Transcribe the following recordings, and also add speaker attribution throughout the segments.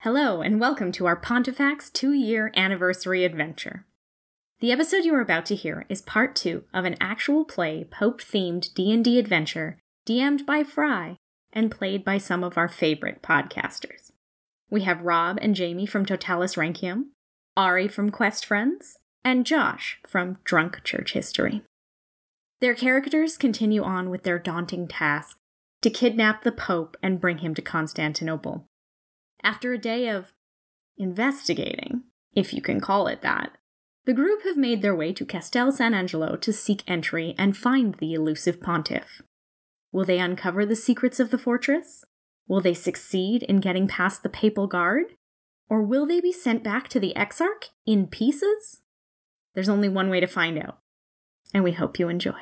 Speaker 1: Hello, and welcome to our Pontifax two year anniversary adventure. The episode you are about to hear is part two of an actual play Pope themed D&D adventure DM'd by Fry and played by some of our favorite podcasters. We have Rob and Jamie from Totalis Rankium, Ari from Quest Friends, and Josh from Drunk Church History. Their characters continue on with their daunting task to kidnap the Pope and bring him to Constantinople. After a day of investigating, if you can call it that, the group have made their way to Castel San Angelo to seek entry and find the elusive pontiff. Will they uncover the secrets of the fortress? Will they succeed in getting past the papal guard? Or will they be sent back to the Exarch in pieces? There's only one way to find out, and we hope you enjoy.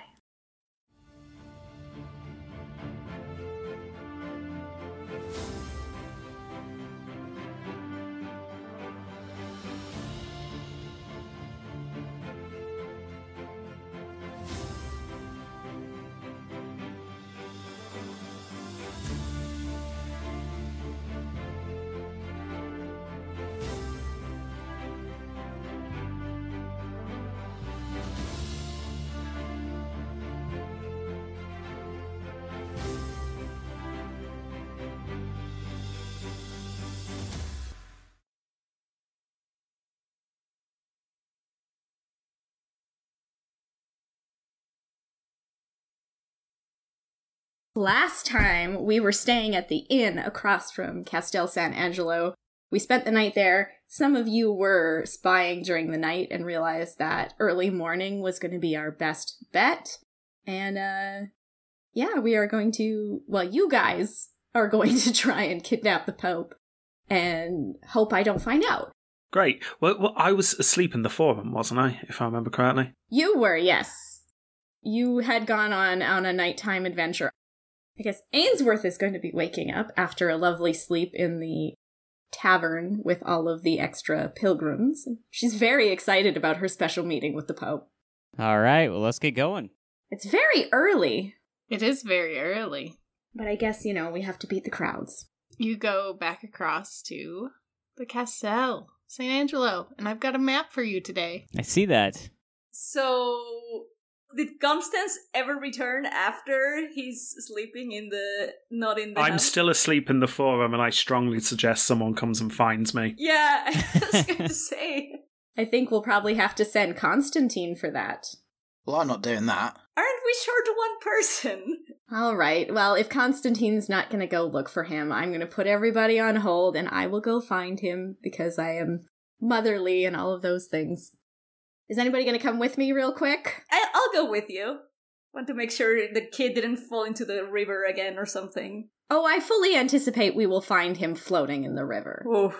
Speaker 1: Last time we were staying at the inn across from Castel San Angelo. We spent the night there. Some of you were spying during the night and realized that early morning was going to be our best bet. And uh yeah, we are going to well, you guys are going to try and kidnap the pope and hope I don't find out.
Speaker 2: Great. Well, well, I was asleep in the forum, wasn't I? If I remember correctly.
Speaker 1: You were, yes. You had gone on on a nighttime adventure. I guess Ainsworth is going to be waking up after a lovely sleep in the tavern with all of the extra pilgrims. She's very excited about her special meeting with the Pope.
Speaker 3: All right, well, let's get going.
Speaker 1: It's very early,
Speaker 4: It is very early.
Speaker 1: but I guess, you know, we have to beat the crowds.
Speaker 4: You go back across to the Castel, St. Angelo, and I've got a map for you today.
Speaker 3: I see that.
Speaker 5: So did Constance ever return after he's sleeping in the not in the
Speaker 2: I'm
Speaker 5: house?
Speaker 2: still asleep in the forum, and I strongly suggest someone comes and finds me.
Speaker 5: Yeah, I was gonna say.
Speaker 1: I think we'll probably have to send Constantine for that.
Speaker 6: Well, I'm not doing that.
Speaker 5: Aren't we short one person?
Speaker 1: All right, well, if Constantine's not going to go look for him, I'm going to put everybody on hold and I will go find him because I am motherly and all of those things. Is anybody going to come with me real quick?
Speaker 5: I- I'll go with you. Want to make sure the kid didn't fall into the river again or something.
Speaker 1: Oh, I fully anticipate we will find him floating in the river.
Speaker 5: Oh,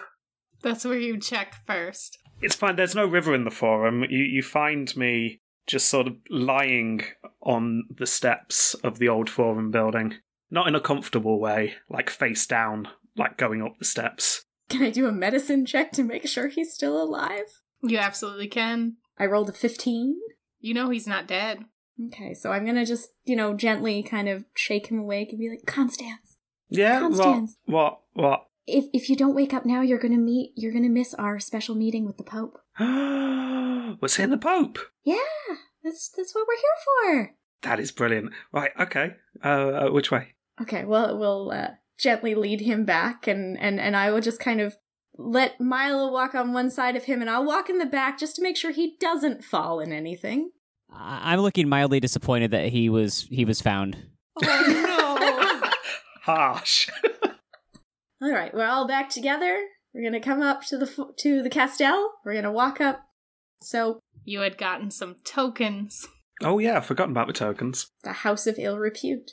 Speaker 4: That's where you check first.
Speaker 2: It's fine. There's no river in the forum. You you find me just sort of lying on the steps of the old forum building, not in a comfortable way, like face down, like going up the steps.
Speaker 1: Can I do a medicine check to make sure he's still alive?
Speaker 4: You absolutely can.
Speaker 1: I rolled a 15.
Speaker 4: You know he's not dead.
Speaker 1: Okay, so I'm gonna just, you know, gently kind of shake him awake and be like, Constance,
Speaker 2: Yeah. What?
Speaker 1: Constance.
Speaker 2: What? What?
Speaker 1: if if you don't wake up now, you're gonna meet, you're gonna miss our special meeting with the Pope.
Speaker 2: Was it the Pope?
Speaker 1: Yeah, that's that's what we're here
Speaker 2: That is brilliant. Right. Okay. Uh, uh, which way?
Speaker 1: for. Okay, well, we'll uh, gently lead him back, and and and I will just kind of let Milo walk on one side of him, and I'll walk in the back just to make sure he doesn't fall in anything.
Speaker 3: I- I'm looking mildly disappointed that he was he was found.
Speaker 5: oh no!
Speaker 2: Harsh.
Speaker 1: All right, we're all back together. We're gonna come up to the f- to the castel. We're gonna walk up. So
Speaker 4: You had gotten some tokens.
Speaker 2: Oh yeah, I've forgotten about the tokens.
Speaker 1: the house of ill repute.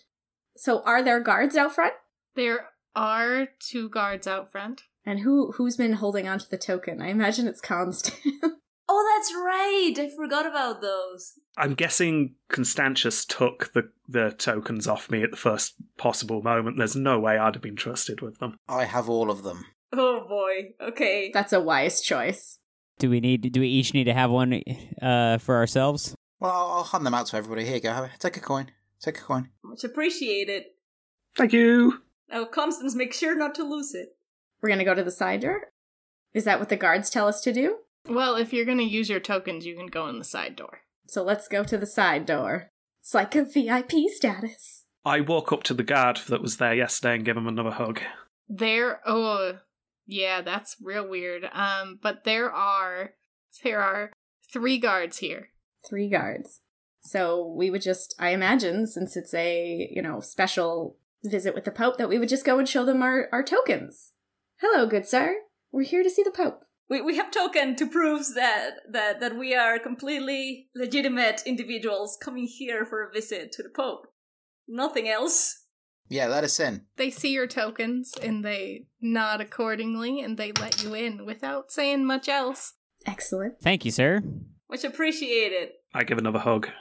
Speaker 1: So are there guards out front?
Speaker 4: There are two guards out front.
Speaker 1: And who who's been holding onto the token? I imagine it's Constance.
Speaker 5: oh, that's right. I forgot about those.
Speaker 2: I'm guessing Constantius took the, the tokens off me at the first possible moment. There's no way I'd have been trusted with them.
Speaker 6: I have all of them.
Speaker 5: Oh boy. Okay.
Speaker 1: That's a wise choice.
Speaker 3: Do we need? Do we each need to have one uh, for ourselves?
Speaker 6: Well, I'll, I'll hand them out to everybody. Here you go. Have it. Take a coin. Take a coin.
Speaker 5: Much appreciated.
Speaker 2: Thank you.
Speaker 5: Now, Constance, make sure not to lose it.
Speaker 1: We're gonna go to the side door? Is that what the guards tell us to do?
Speaker 4: Well, if you're going to use your tokens, you can go in the side door.
Speaker 1: So let's go to the side door. It's like a VIP status.
Speaker 2: I walk up to the guard that was there yesterday and give him another hug.
Speaker 4: There oh yeah, that's real weird. Um but there are there are three guards here.
Speaker 1: Three guards. So we would just, I imagine, since it's a, you know, special visit with the Pope, that we would just go and show them our, our tokens. Hello, good sir. We're here to see the Pope.
Speaker 5: We, we have token to prove that, that that we are completely legitimate individuals coming here for a visit to the Pope. Nothing else.
Speaker 6: Yeah, let us in.
Speaker 4: They see your tokens and they nod accordingly and they let you in without saying much else.
Speaker 1: Excellent.
Speaker 3: Thank you, sir.
Speaker 5: Much appreciated.
Speaker 2: I give another hug.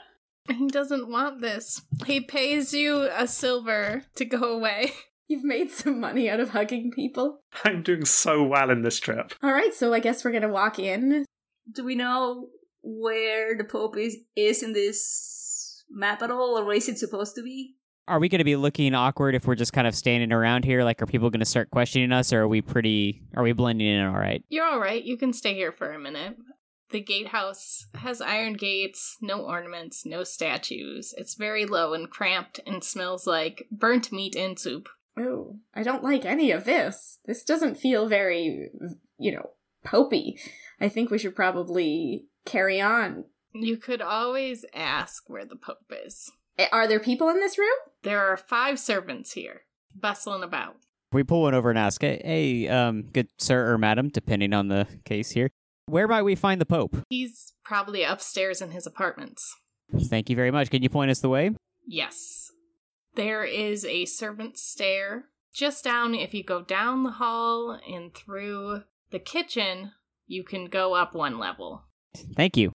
Speaker 4: He doesn't want this. He pays you a silver to go away.
Speaker 1: You've made some money out of hugging people.
Speaker 2: I'm doing so well in this trip.
Speaker 1: All right, so I guess we're gonna walk in.
Speaker 5: Do we know where the Pope is, is in this map at all, or where is it supposed to be?
Speaker 3: Are we going to be looking awkward if we're just kind of standing around here? Like, are people going to start questioning us, or are we pretty? Are we blending in all right?
Speaker 4: You're all right. You can stay here for a minute. The gatehouse has iron gates, no ornaments, no statues. It's very low and cramped and smells like burnt meat and soup.
Speaker 1: Oh, I don't like any of this. This doesn't feel very, you know, popey. I think we should probably carry on.
Speaker 4: You could always ask where the Pope is.
Speaker 1: Eh, Are there people in this room?
Speaker 4: There are five servants here, bustling about.
Speaker 3: We pull one over and ask, "Hey, hey um, good sir or madam, depending on the case here, where might we find the Pope?"
Speaker 4: He's probably upstairs in his apartments.
Speaker 3: Thank you very much. Can you point us the way?
Speaker 4: Yes. There is a servant's stair just down. If you go down the hall and through the kitchen, you can go up one level.
Speaker 3: Thank you.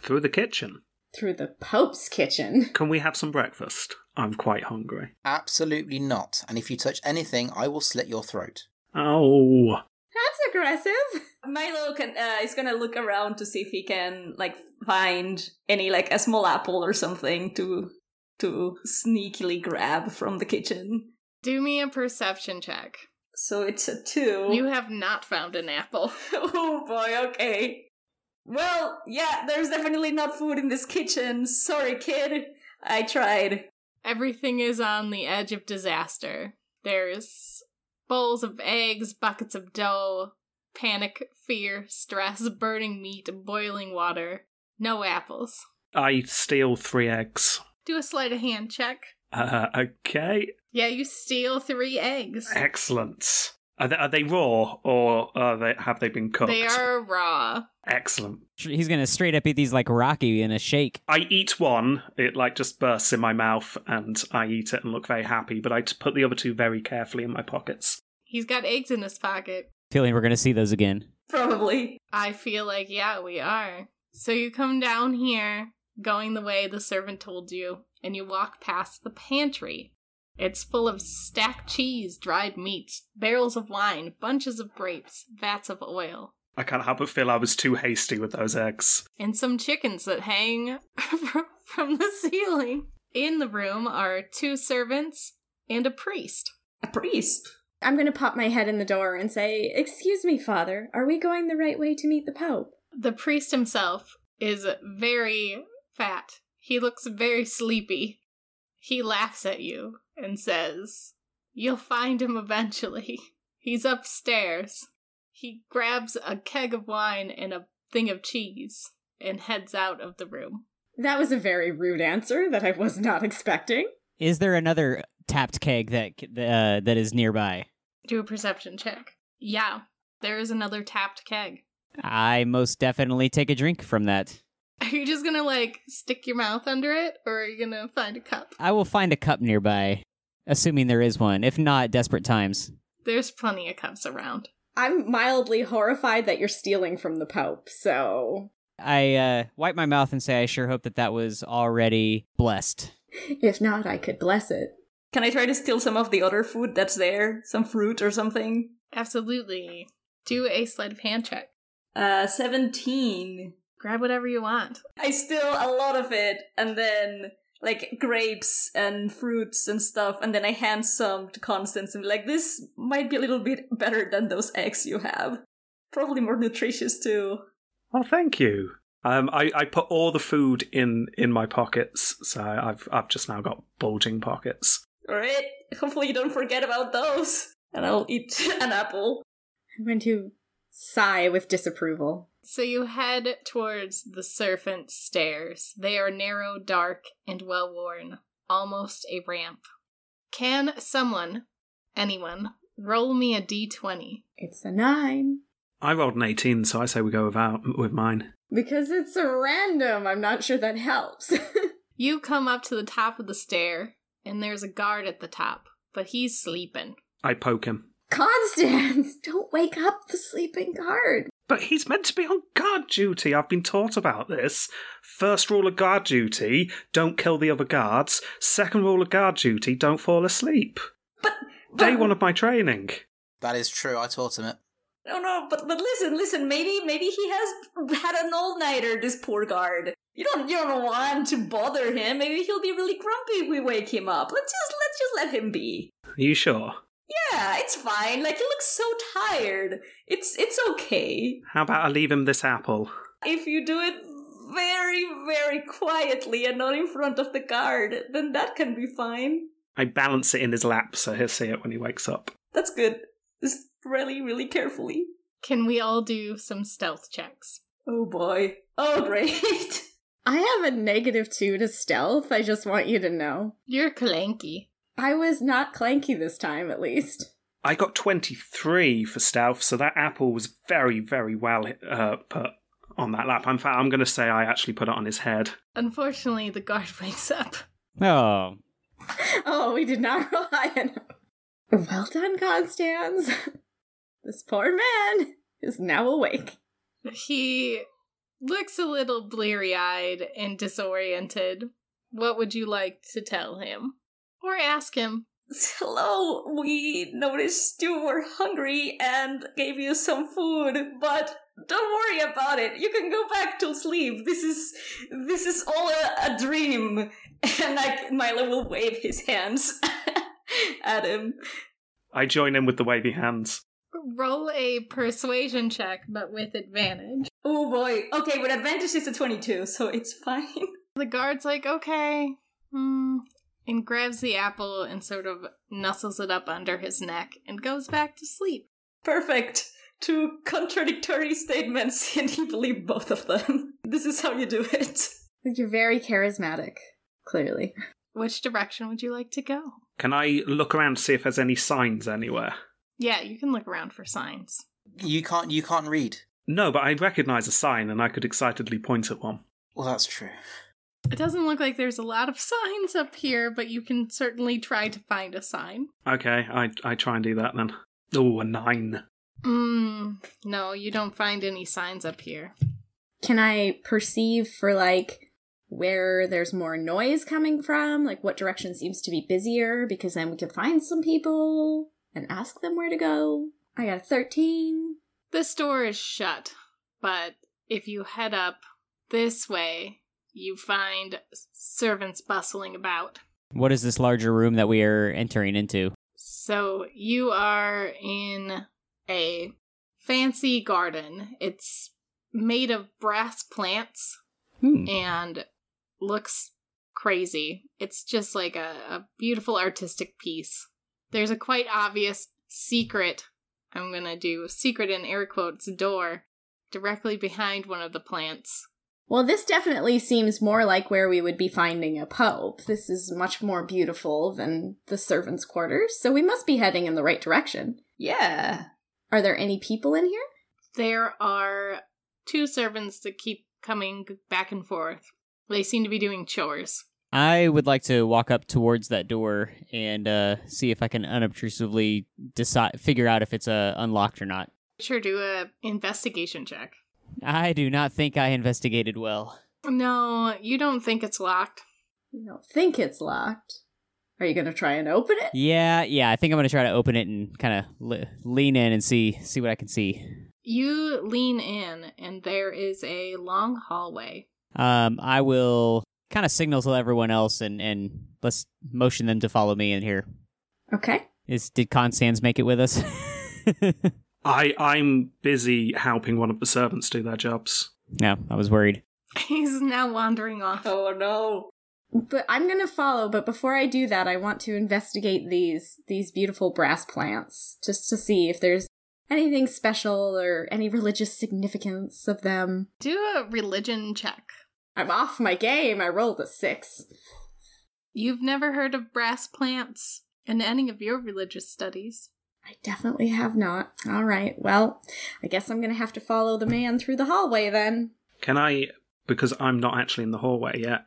Speaker 2: Through the kitchen.
Speaker 1: Through the Pope's kitchen.
Speaker 2: Can we have some breakfast? I'm quite hungry.
Speaker 6: Absolutely not. And if you touch anything, I will slit your throat.
Speaker 2: Oh.
Speaker 1: That's aggressive.
Speaker 5: Milo can uh, is gonna look around to see if he can like find any like a small apple or something to to sneakily grab from the kitchen.
Speaker 4: Do me a perception check.
Speaker 5: So it's a two.
Speaker 4: You have not found an apple.
Speaker 5: oh boy, okay. Well, yeah, there's definitely not food in this kitchen. Sorry, kid. I tried.
Speaker 4: Everything is on the edge of disaster. There's bowls of eggs, buckets of dough, panic, fear, stress, burning meat, boiling water. No apples.
Speaker 2: I steal three eggs.
Speaker 4: Do a sleight of hand check.
Speaker 2: Uh, okay.
Speaker 4: Yeah, you steal three eggs.
Speaker 2: Excellent. Are they, are they raw or are they, have they been cooked?
Speaker 4: They are raw.
Speaker 2: Excellent.
Speaker 3: He's going to straight up eat these like Rocky in a shake.
Speaker 2: I eat one, it like just bursts in my mouth and I eat it and look very happy, but I t- put the other two very carefully in my pockets.
Speaker 4: He's got eggs in his pocket.
Speaker 3: Feeling we're going to see those again.
Speaker 5: Probably.
Speaker 4: I feel like, yeah, we are. So you come down here, going the way the servant told you, and you walk past the pantry. It's full of stacked cheese, dried meats, barrels of wine, bunches of grapes, vats of oil,
Speaker 2: I can't help but feel I was too hasty with those eggs.
Speaker 4: and some chickens that hang from- from the ceiling. In the room are two servants and a priest.
Speaker 5: A priest.
Speaker 1: I'm gonna pop my head in the door and say, Excuse me, Father, are we going the right way to meet the Pope?
Speaker 4: The priest himself is very fat. He looks very sleepy. He laughs at you and says, You'll find him eventually. He's upstairs. He grabs a keg of wine and a thing of cheese and heads out of the room.
Speaker 1: That was a very rude answer that I was not expecting.
Speaker 3: Is there another tapped keg that uh, that is nearby?
Speaker 4: Do a perception check. Yeah, there is another tapped keg.
Speaker 3: I most definitely take a drink from that.
Speaker 4: Are you just gonna like stick your mouth under it or are you gonna find a cup?
Speaker 3: I will find a cup nearby, assuming there is one. If not, desperate times.
Speaker 4: There's plenty of cups around.
Speaker 1: I'm mildly horrified that you're stealing from the Pope, so
Speaker 3: I uh, wipe my mouth and say, I sure hope that that was already blessed.
Speaker 1: if not, I could bless it.
Speaker 5: Can I try to steal some of the other food that's there? Some fruit or something?
Speaker 4: Absolutely. Do a sleight of hand check.
Speaker 5: Uh, 17.
Speaker 4: Grab whatever you want.
Speaker 5: I steal a lot of it and then like grapes and fruits and stuff, and then I hand some to Constance and be like, this might be a little bit better than those eggs you have. Probably more nutritious too.
Speaker 2: Oh, thank you. Um, I, I put all the food in in my pockets, so I've I've just now got bulging pockets.
Speaker 5: Alright, hopefully you don't forget about those. And I'll eat an apple.
Speaker 1: I'm going to sigh with disapproval.
Speaker 4: So you head towards the serpent stairs. They are narrow, dark, and well worn, almost a ramp. Can someone, anyone, roll me a d20?
Speaker 1: It's a nine.
Speaker 2: I rolled an eighteen, so I say we go without with mine.
Speaker 1: Because it's a random, I'm not sure that helps.
Speaker 4: You come up to the top of the stair, and there's a guard at the top, but he's sleeping.
Speaker 2: I poke him,
Speaker 1: Constance, don't wake up the sleeping guard.
Speaker 2: but he's meant to be on guard duty. I've been taught about this. First rule of guard duty: don't kill the other guards. Second rule of guard duty: don't fall asleep.
Speaker 5: But, but
Speaker 2: Day one of my training.
Speaker 6: That is true. I taught him it.
Speaker 5: No, no, but but listen, listen. Maybe maybe he has had an all nighter. This poor guard. You don't you don't want to bother him. Maybe he'll be really grumpy if we wake him up. Let's just let's just let him be.
Speaker 2: Are you sure?
Speaker 5: Yeah, it's fine. Like he looks so tired. It's it's okay.
Speaker 2: How about I leave him this apple?
Speaker 5: If you do it very very quietly and not in front of the guard, then that can be fine.
Speaker 2: I balance it in his lap so he'll see it when he wakes up.
Speaker 5: That's good. Just really really carefully.
Speaker 4: Can we all do some stealth checks?
Speaker 5: Oh boy. Oh great.
Speaker 1: I have a negative two to stealth, I just want you to know.
Speaker 4: You're clanky.
Speaker 1: I was not clanky this time, at least.
Speaker 2: I got 23 for stealth, so that apple was very, very well uh, put on that lap. In fact, I'm going to say I actually put it on his head.
Speaker 4: Unfortunately, the guard wakes up.
Speaker 3: Oh,
Speaker 1: Oh, we did not roll high enough. Well done, Constance. This poor man is now awake.
Speaker 4: He looks a little bleary eyed and disoriented. What would you like to tell him? Or ask him?
Speaker 5: Hello, we noticed you were hungry and gave you some food, but don't worry about it. You can go back to sleep. This is this is all a, a dream. And like Milo will wave his hands at him.
Speaker 2: I join in with the wavy hands.
Speaker 4: Roll a persuasion check, but with advantage.
Speaker 5: Oh boy. Okay, with advantage it's a 22, so it's fine.
Speaker 4: The guard's like, okay, hmm, and grabs the apple and sort of nuzzles it up under his neck and goes back to sleep.
Speaker 5: Perfect. Two contradictory statements, and he believed both of them. This is how you do it.
Speaker 1: You're very charismatic, clearly.
Speaker 4: Which direction would you like to go?
Speaker 2: Can I look around to see if there's any signs anywhere?
Speaker 4: Yeah, you can look around for signs.
Speaker 6: You can't. You can't read.
Speaker 2: No, but I recognise a sign and I could excitedly point at one.
Speaker 6: Well, that's true.
Speaker 4: It doesn't look like there's a lot of signs up here, but you can certainly try to find a sign.
Speaker 2: Okay, I, I try and do that then. Oh, a nine.
Speaker 4: Mm, no, you don't find any signs up here.
Speaker 1: Can I perceive for like where there's more noise coming from? Like what direction seems to be busier? Because then we could find some people and ask them where to go. I got a 13.
Speaker 4: This door is shut, but if you head up this way, you find servants bustling about.
Speaker 3: what is this larger room that we are entering into?
Speaker 4: So you are in a fancy garden. It's made of brass plants
Speaker 3: Hmm.
Speaker 4: and looks crazy. It's just like a, a beautiful artistic piece. There's a quite obvious secret, I'm gonna do secret in air quotes, door directly behind one of the plants.
Speaker 1: Well, this definitely seems more like where we would be finding a pope. This is much more beautiful than the servants' quarters, so we must be heading in the right direction.
Speaker 5: Yeah.
Speaker 1: Are there any people in here?
Speaker 4: There are two servants that keep coming back and forth. They seem to be doing chores.
Speaker 3: I would like to walk up towards that door and uh, see if I can unobtrusively decide, figure out if it's uh, unlocked or not.
Speaker 4: Sure, do a investigation check.
Speaker 3: I do not think I investigated well.
Speaker 4: No, you don't think it's locked.
Speaker 1: You don't think it's locked. Are you going to try and open it?
Speaker 3: Yeah, yeah. I think I'm gonna try to open it and kind of le- lean in and see see what I can see.
Speaker 4: You lean in, and there is a long hallway.
Speaker 3: Um, I will kind of signals to everyone else and and let's motion them to follow me in here.
Speaker 1: Okay.
Speaker 3: Is did Constans make it with us?
Speaker 2: I I'm busy helping one of the servants do their jobs.
Speaker 3: no, I was worried.
Speaker 4: He's now wandering off.
Speaker 5: Oh no.
Speaker 1: But I'm going to follow, but before I do that, I want to investigate these these beautiful brass plants just to see if there's anything special or any religious significance of them.
Speaker 4: Do a religion check.
Speaker 1: I'm off my game. I rolled a 6.
Speaker 4: You've never heard of brass plants in any of your religious studies.
Speaker 1: I definitely have not. All right. Well, I guess I'm going to have to follow the man through the hallway then.
Speaker 2: Can I? Because I'm not actually in the hallway yet.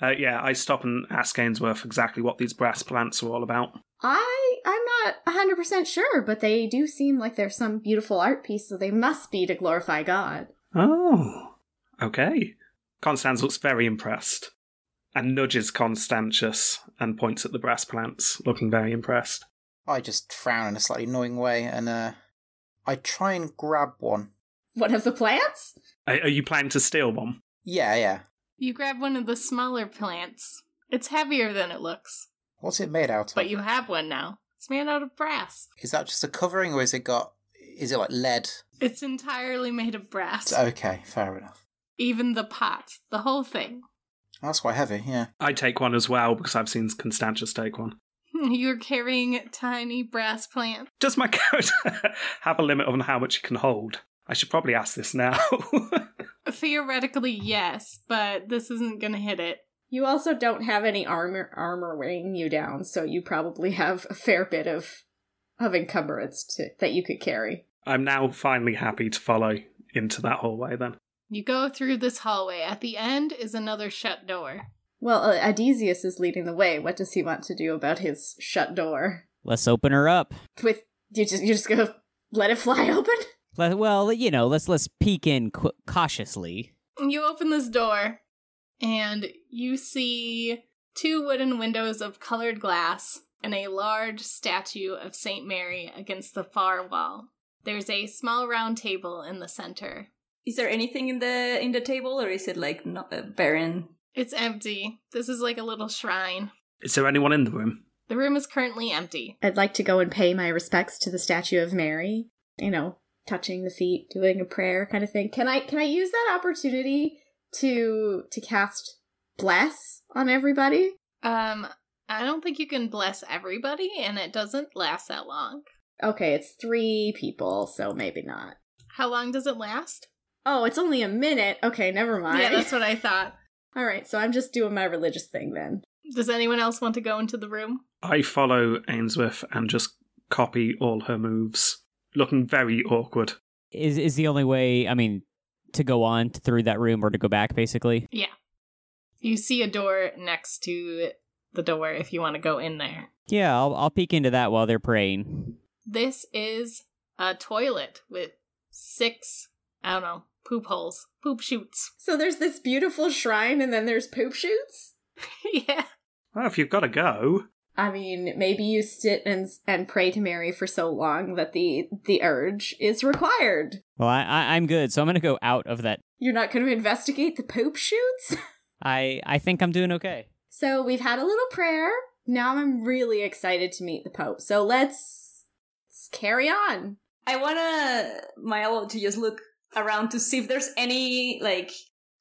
Speaker 2: Uh, yeah, I stop and ask Ainsworth exactly what these brass plants are all about.
Speaker 1: I I'm not 100% sure, but they do seem like they're some beautiful art piece, so they must be to glorify God.
Speaker 2: Oh, okay. Constance looks very impressed and nudges Constantius and points at the brass plants, looking very impressed.
Speaker 6: I just frown in a slightly annoying way and uh, I try and grab one.
Speaker 1: One of the plants?
Speaker 2: Are, are you planning to steal one?
Speaker 6: Yeah, yeah.
Speaker 4: You grab one of the smaller plants. It's heavier than it looks,
Speaker 6: What's it made out of?
Speaker 4: but you have one now. It's made out of brass.
Speaker 6: Is that just a covering or is it got. Is it like lead?
Speaker 4: It's entirely made of brass.
Speaker 6: It's okay, fair enough.
Speaker 4: Even the pot, the whole thing.
Speaker 6: That's quite heavy, yeah.
Speaker 2: I take one as well because I've seen Constantius take one.
Speaker 4: You're carrying tiny brass plants.
Speaker 2: Does my character have a limit on how much he can hold? I should probably ask this now.
Speaker 4: Theoretically, yes, but this isn't gonna hit it.
Speaker 1: You also don't have any armor armor weighing you down, so you probably have a fair bit of of encumbrance to, that you could carry.
Speaker 2: I'm now finally happy to follow into that hallway then.
Speaker 4: You go through this hallway. At the end is another shut door.
Speaker 1: Well, uh, Adesius is leading the way. What does he want to do about his shut door?
Speaker 3: Let's open her up.
Speaker 1: With you just you just gonna let it fly open?
Speaker 3: Let, well, you know, let's let's peek in qu- cautiously.
Speaker 4: You open this door and you see two wooden windows of colored glass and a large statue of St. Mary against the far wall. There's a small round table in the center.
Speaker 5: Is there anything in the in the table or is it like not uh, barren?
Speaker 4: It's empty. This is like a little shrine.
Speaker 2: Is there anyone in the room?
Speaker 4: The room is currently empty.
Speaker 1: I'd like to go and pay my respects to the statue of Mary. You know, touching the feet, doing a prayer kind of thing. Can I can I use that opportunity to to cast bless on everybody?
Speaker 4: Um, I don't think you can bless everybody, and it doesn't last that long.
Speaker 1: Okay, it's three people, so maybe not.
Speaker 4: How long does it last?
Speaker 1: Oh, it's only a minute. Okay, never mind.
Speaker 4: Yeah, that's what I thought.
Speaker 1: All right, so I'm just doing my religious thing then.
Speaker 4: Does anyone else want to go into the room?
Speaker 2: I follow Ainsworth and just copy all her moves, looking very awkward.
Speaker 3: Is is the only way? I mean, to go on through that room or to go back, basically.
Speaker 4: Yeah. You see a door next to the door if you want to go in there.
Speaker 3: Yeah, I'll I'll peek into that while they're praying.
Speaker 4: This is a toilet with six, I don't know, poop holes, poop shoots.
Speaker 1: So there's this beautiful shrine, and then there's poop shoots.
Speaker 4: yeah.
Speaker 2: Well, if you've got to go,
Speaker 1: I mean, maybe you sit and and pray to Mary for so long that the the urge is required.
Speaker 3: Well, I, I I'm good, so I'm gonna go out of that.
Speaker 1: You're not going to investigate the poop shoots?
Speaker 3: I I think I'm doing okay.
Speaker 1: so we've had a little prayer. Now I'm really excited to meet the Pope. So let's, let's carry on.
Speaker 5: I wanna Milo to just look around to see if there's any like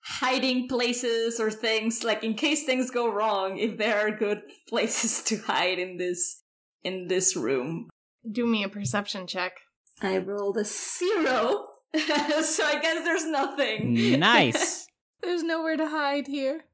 Speaker 5: hiding places or things like in case things go wrong if there are good places to hide in this in this room
Speaker 4: Do me a perception check.
Speaker 5: i rolled a zero so i guess there's nothing
Speaker 3: Nice.
Speaker 4: There's nowhere to hide here.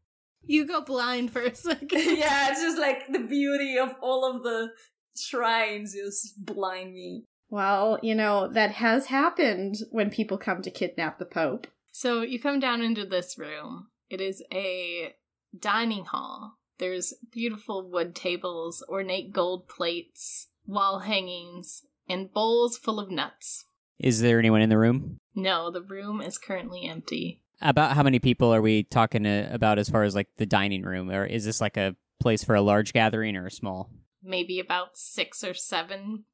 Speaker 4: You go blind for a second.
Speaker 5: yeah it's just like the beauty of all of the shrines just blind me
Speaker 1: Well, you know, that has happened when people come to kidnap the Pope.
Speaker 4: So you come down into this room. It is a dining hall. There's beautiful wood tables, ornate gold plates, wall hangings, and bowls full of nuts.
Speaker 3: is there anyone in the room?
Speaker 4: No, the room is currently empty.
Speaker 3: About how many people are we talking uh about as far as like the dining room, or is this like a place for a large gathering or a small?
Speaker 4: Maybe about six or seven,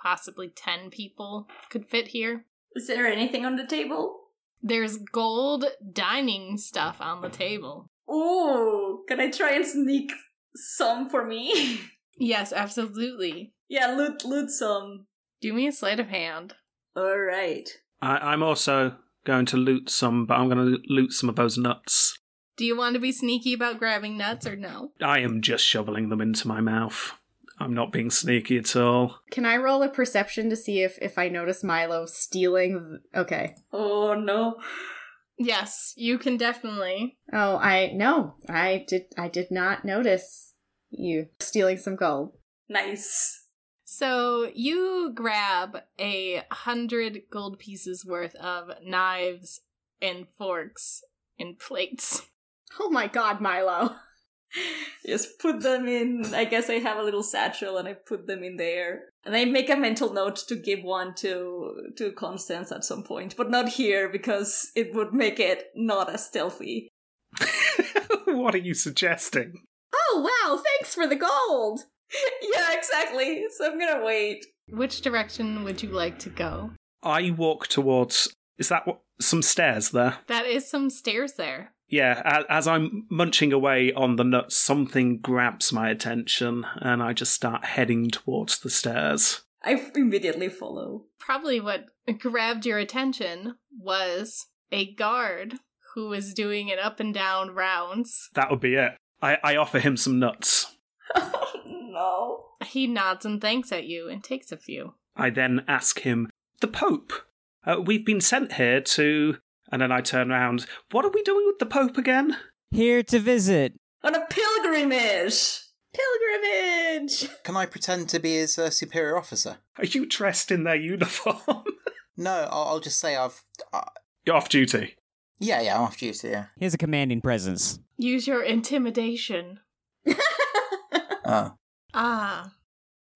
Speaker 4: possibly ten people could fit here.
Speaker 5: is there anything on the table
Speaker 4: There's gold dining stuff on the table.
Speaker 5: Ooh, can I try and sneak some for me?
Speaker 4: Yes, absolutely.
Speaker 5: yeah, loot loot some.
Speaker 4: Do me a sleight of hand.
Speaker 5: All right.
Speaker 2: I- I'm also going to loot some, but I'm going to loot some of those nuts.
Speaker 4: Do you want to be sneaky about grabbing nuts or no?
Speaker 2: I am just shoveling them into my mouth. I'm not being sneaky at all.
Speaker 1: Can I roll a perception to see if if I notice Milo stealing? th- Okay.
Speaker 5: Oh no.
Speaker 4: Yes, you can definitely.
Speaker 1: Oh, I no, I did. I did not notice you stealing some gold.
Speaker 5: Nice.
Speaker 4: So you grab a hundred gold pieces worth of knives and forks and plates.
Speaker 1: Oh my God, Milo!
Speaker 5: Just put them in. I guess I have a little satchel and I put them in there. And I make a mental note to give one to to Constance at some point, but not here because it would make it not as stealthy.
Speaker 2: what are you suggesting?
Speaker 1: Oh wow! Thanks for the gold.
Speaker 5: yeah, exactly. So I'm gonna wait.
Speaker 4: Which direction would you like to go?
Speaker 2: I walk towards. Is that what, some stairs there?
Speaker 4: That is some stairs there.
Speaker 2: Yeah, a- as I'm munching away on the nuts, something grabs my attention, and I just start heading towards the stairs.
Speaker 5: I immediately follow.
Speaker 4: Probably what grabbed your attention was a guard who was doing an up and down rounds.
Speaker 2: That would be it. I, I offer him some nuts.
Speaker 5: Oh, no.
Speaker 4: He nods and thanks at you and takes a few.
Speaker 2: I then ask him, The Pope, uh, we've been sent here to. And then I turn around, What are we doing with the Pope again?
Speaker 3: Here to visit.
Speaker 5: On a pilgrimage.
Speaker 1: Pilgrimage.
Speaker 6: Can I pretend to be his uh, superior officer?
Speaker 2: Are you dressed in their uniform?
Speaker 6: No, I'll, I'll just say I've. Uh,
Speaker 2: You're off duty.
Speaker 6: yeah, yeah, I'm off duty. Yeah.
Speaker 3: He has a commanding presence.
Speaker 4: Use your intimidation.
Speaker 6: Oh,
Speaker 4: Ah,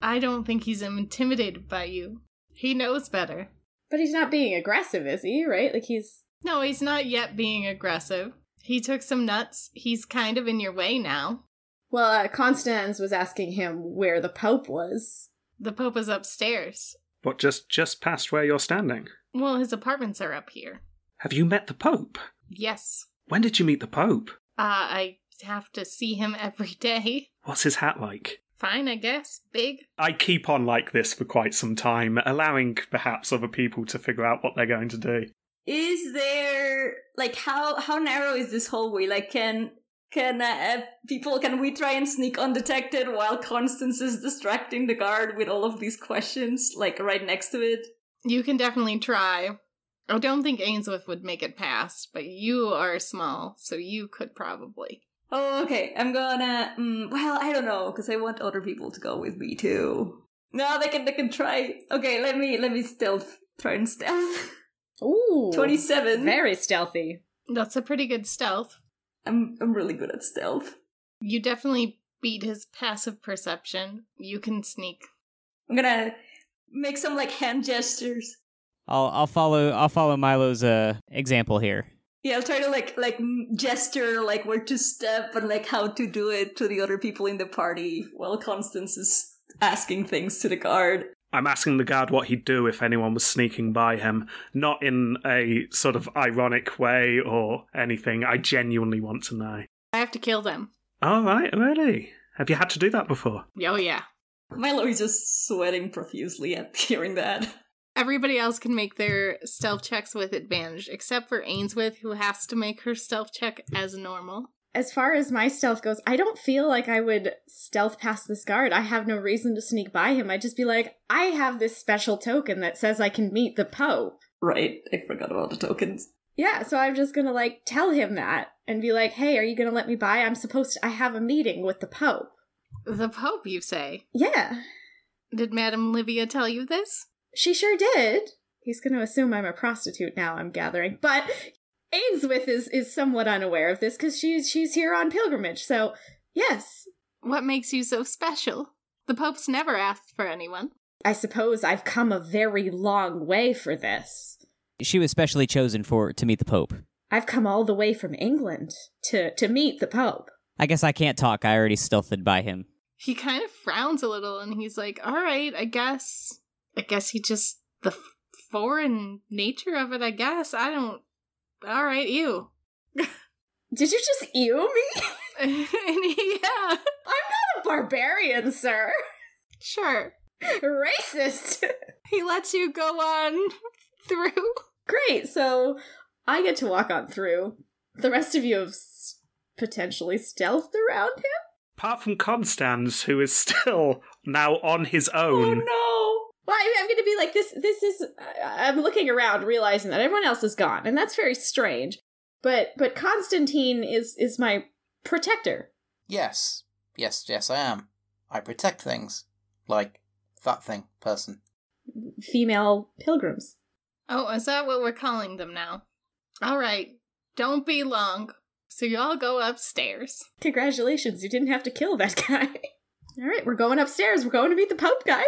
Speaker 4: I don't think he's intimidated by you. He knows better.
Speaker 1: But he's not being aggressive, is he? Right? Like he's
Speaker 4: No, he's not yet being aggressive. He took some nuts. He's kind of in your way now.
Speaker 1: well. Uh, Constance was asking him where the Pope was.
Speaker 4: The Pope is upstairs.
Speaker 2: But just just past where you're standing.
Speaker 4: Well, his apartments are up here.
Speaker 2: Have you met the Pope?
Speaker 4: Yes.
Speaker 2: When did you meet the Pope?
Speaker 4: Uh, I have to see him every day.
Speaker 2: What's his hat like?
Speaker 4: Fine, I guess. Big.
Speaker 2: I keep on like this for quite some time, allowing perhaps other people to figure out what they're going to do.
Speaker 5: Is there like how how narrow is this hallway? Like can can uh, people can we try and sneak undetected while Constance is distracting the guard with all of these questions like right next to it?
Speaker 4: You can definitely try. I don't think Ainsworth would make it past, but you are small, so you could probably.
Speaker 5: Oh, okay. I'm gonna. Mm, well, I don't know because I want other people to go with me too. No, they can. They can try. Okay, let me. Let me stealth. Try and stealth.
Speaker 1: Ooh,
Speaker 5: Twenty-seven.
Speaker 1: Oh, Very stealthy.
Speaker 4: That's a pretty good stealth.
Speaker 5: I'm. I'm really good at stealth.
Speaker 4: You definitely beat his passive perception. You can sneak.
Speaker 5: I'm gonna make some like hand gestures.
Speaker 3: I'll I'll follow I'll follow Milo's uh example here.
Speaker 5: Yeah, I'll try to like like m- gesture like where to step and like how to do it to the other people in the party while Constance is asking things to the guard.
Speaker 2: I'm asking the guard what he'd do if anyone was sneaking by him, not in a sort of ironic way or anything. I genuinely want to know.
Speaker 4: I have to kill them.
Speaker 2: All right, really? Have you had to do that before?
Speaker 4: Oh, yeah.
Speaker 5: Milo is just sweating profusely at hearing that.
Speaker 4: Everybody else can make their stealth checks with advantage, except for Ainsworth, who has to make her stealth check as normal.
Speaker 1: As far as my stealth goes, I don't feel like I would stealth past this guard. I have no reason to sneak by him. I'd just be like, I have this special token that says I can meet the Pope.
Speaker 5: Right, I forgot about the tokens.
Speaker 1: Yeah, so I'm just gonna like tell him that and be like, hey, are you gonna let me by? I'm supposed to, I have a meeting with the Pope.
Speaker 4: The Pope, you say?
Speaker 1: Yeah,
Speaker 4: Did Madame Livia tell you this?
Speaker 1: she sure did. He's gonna assume I'm a prostitute now, I'm gathering. But Ainsworth is, is somewhat unaware of this because she's, she's here on pilgrimage, so yes.
Speaker 4: What makes you so special? The Pope's never asked for anyone.
Speaker 1: I suppose I've come a very long way for this.
Speaker 3: She was specially chosen for to meet the Pope.
Speaker 1: I've come all the way from England to, to meet the Pope.
Speaker 3: I guess I can't talk. I already stealthed by him.
Speaker 4: He kind of frowns a little and he's like, all right, I guess. I guess he just. The f- foreign nature of it, I guess. I don't. All right, you.
Speaker 1: Did you just ew me?
Speaker 4: yeah,
Speaker 1: I'm not a barbarian, sir.
Speaker 4: sure.
Speaker 1: Racist.
Speaker 4: He lets you go on through.
Speaker 1: Great. So I get to walk on through. The rest of you have s- potentially stealthed around him.
Speaker 2: Apart from Constans, who is still now on his
Speaker 5: Oh
Speaker 2: own.
Speaker 5: no!
Speaker 1: Well, I am going to be like this. This is. I- I'm looking around, realizing that everyone else is gone, and that's very strange. But but Constantine is is my protector.
Speaker 6: Yes, yes, yes, I am. I protect things. Like that thing, person.
Speaker 1: Female pilgrims.
Speaker 4: Oh, is that what we're calling them now? All right, don't be long. So y'all go upstairs.
Speaker 1: Congratulations, you didn't have to kill that guy. All right, we're going upstairs. We're going to meet the Pope, guys.